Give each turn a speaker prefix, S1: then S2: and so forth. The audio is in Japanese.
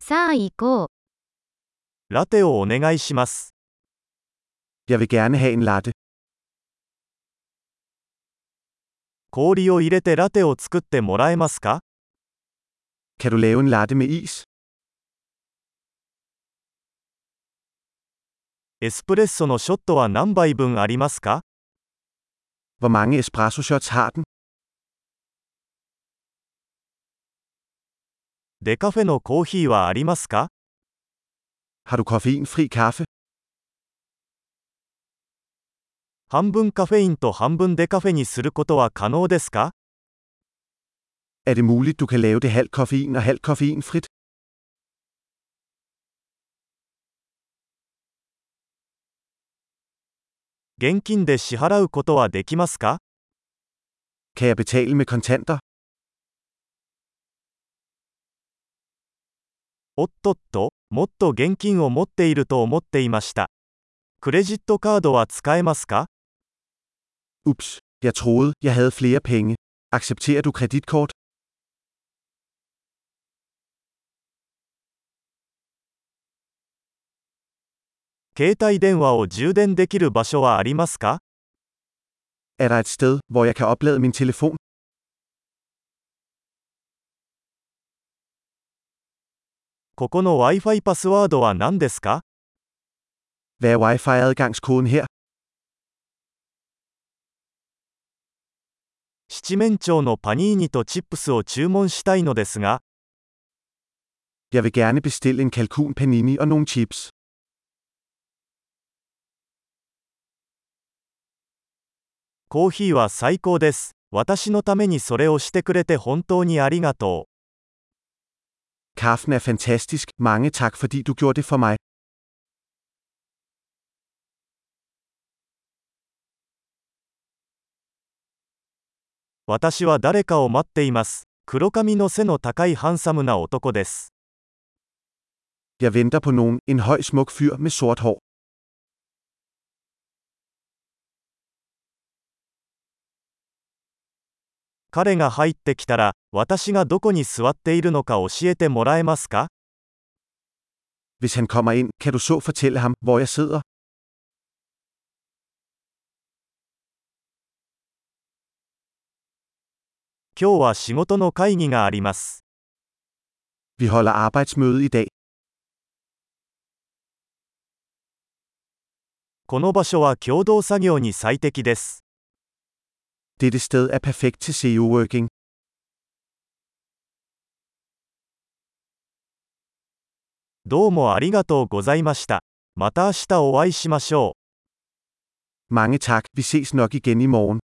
S1: さあ行こう。
S2: ラテをお願いします。
S3: Jeg vil gerne have en latte.
S2: 氷を入れてラテを作ってもらえますか
S3: Kan du lave en latte med is?
S2: エスプレッソのショットは何杯分ありますか
S3: Hvor mange espresso shots har den?
S2: デカフェのコーヒーはありますか
S3: Har du koffeinfri kaffe?
S2: 半分カフェインと半分デカフェにすることは可能ですか
S3: Er det muligt, du kan lave det halv koffein og halv koffeinfrit?
S2: 現金で支払うことはできますか
S3: Kan jeg betale med kontanter?
S2: おっとっと、もっと現金を持っていると思っていました。クレジットカードは使えますか
S3: Ups, jeg troede, jeg havde flere penge. Accepterer du kreditkort?
S2: 携帯電話を充電できる場所はありますか
S3: Er der et sted, hvor jeg kan oplade min telefon?
S2: ここの Wi-Fi パスワードは何ですか
S3: Hvad er Wi-Fi-adgangskoden her?
S2: 七面鳥のパニーニとチップスを注文したいのですが、
S3: Jeg vil gerne bestille en kalkun panini og nogle chips.
S2: 「コーヒーは最高です。私のためにそれをしてくれて本当にありがとう。
S3: Kaffen er fantastisk. Mange tak, fordi du gjorde det for mig.
S2: 私は誰かを待っています。黒髪の背の高いハンサムな男です。
S3: Jeg venter på nogen. En høj smuk fyr med sort hår.
S2: 彼が入ってきたら、私がどこに座っているのか教えてもらえますか
S3: Hvis han kommer ind, kan du så fortælle ham, hvor jeg sidder?
S2: 今日は仕事の会議があります。
S3: Vi holder arbejdsmøde i dag.
S2: この場所は共同作業に最適です。
S3: Dette sted er perfekt til CEO-working.
S2: どうもありがとうございました。また明日お会いしましょう。
S3: Mange tak, vi ses nok igen i morgen.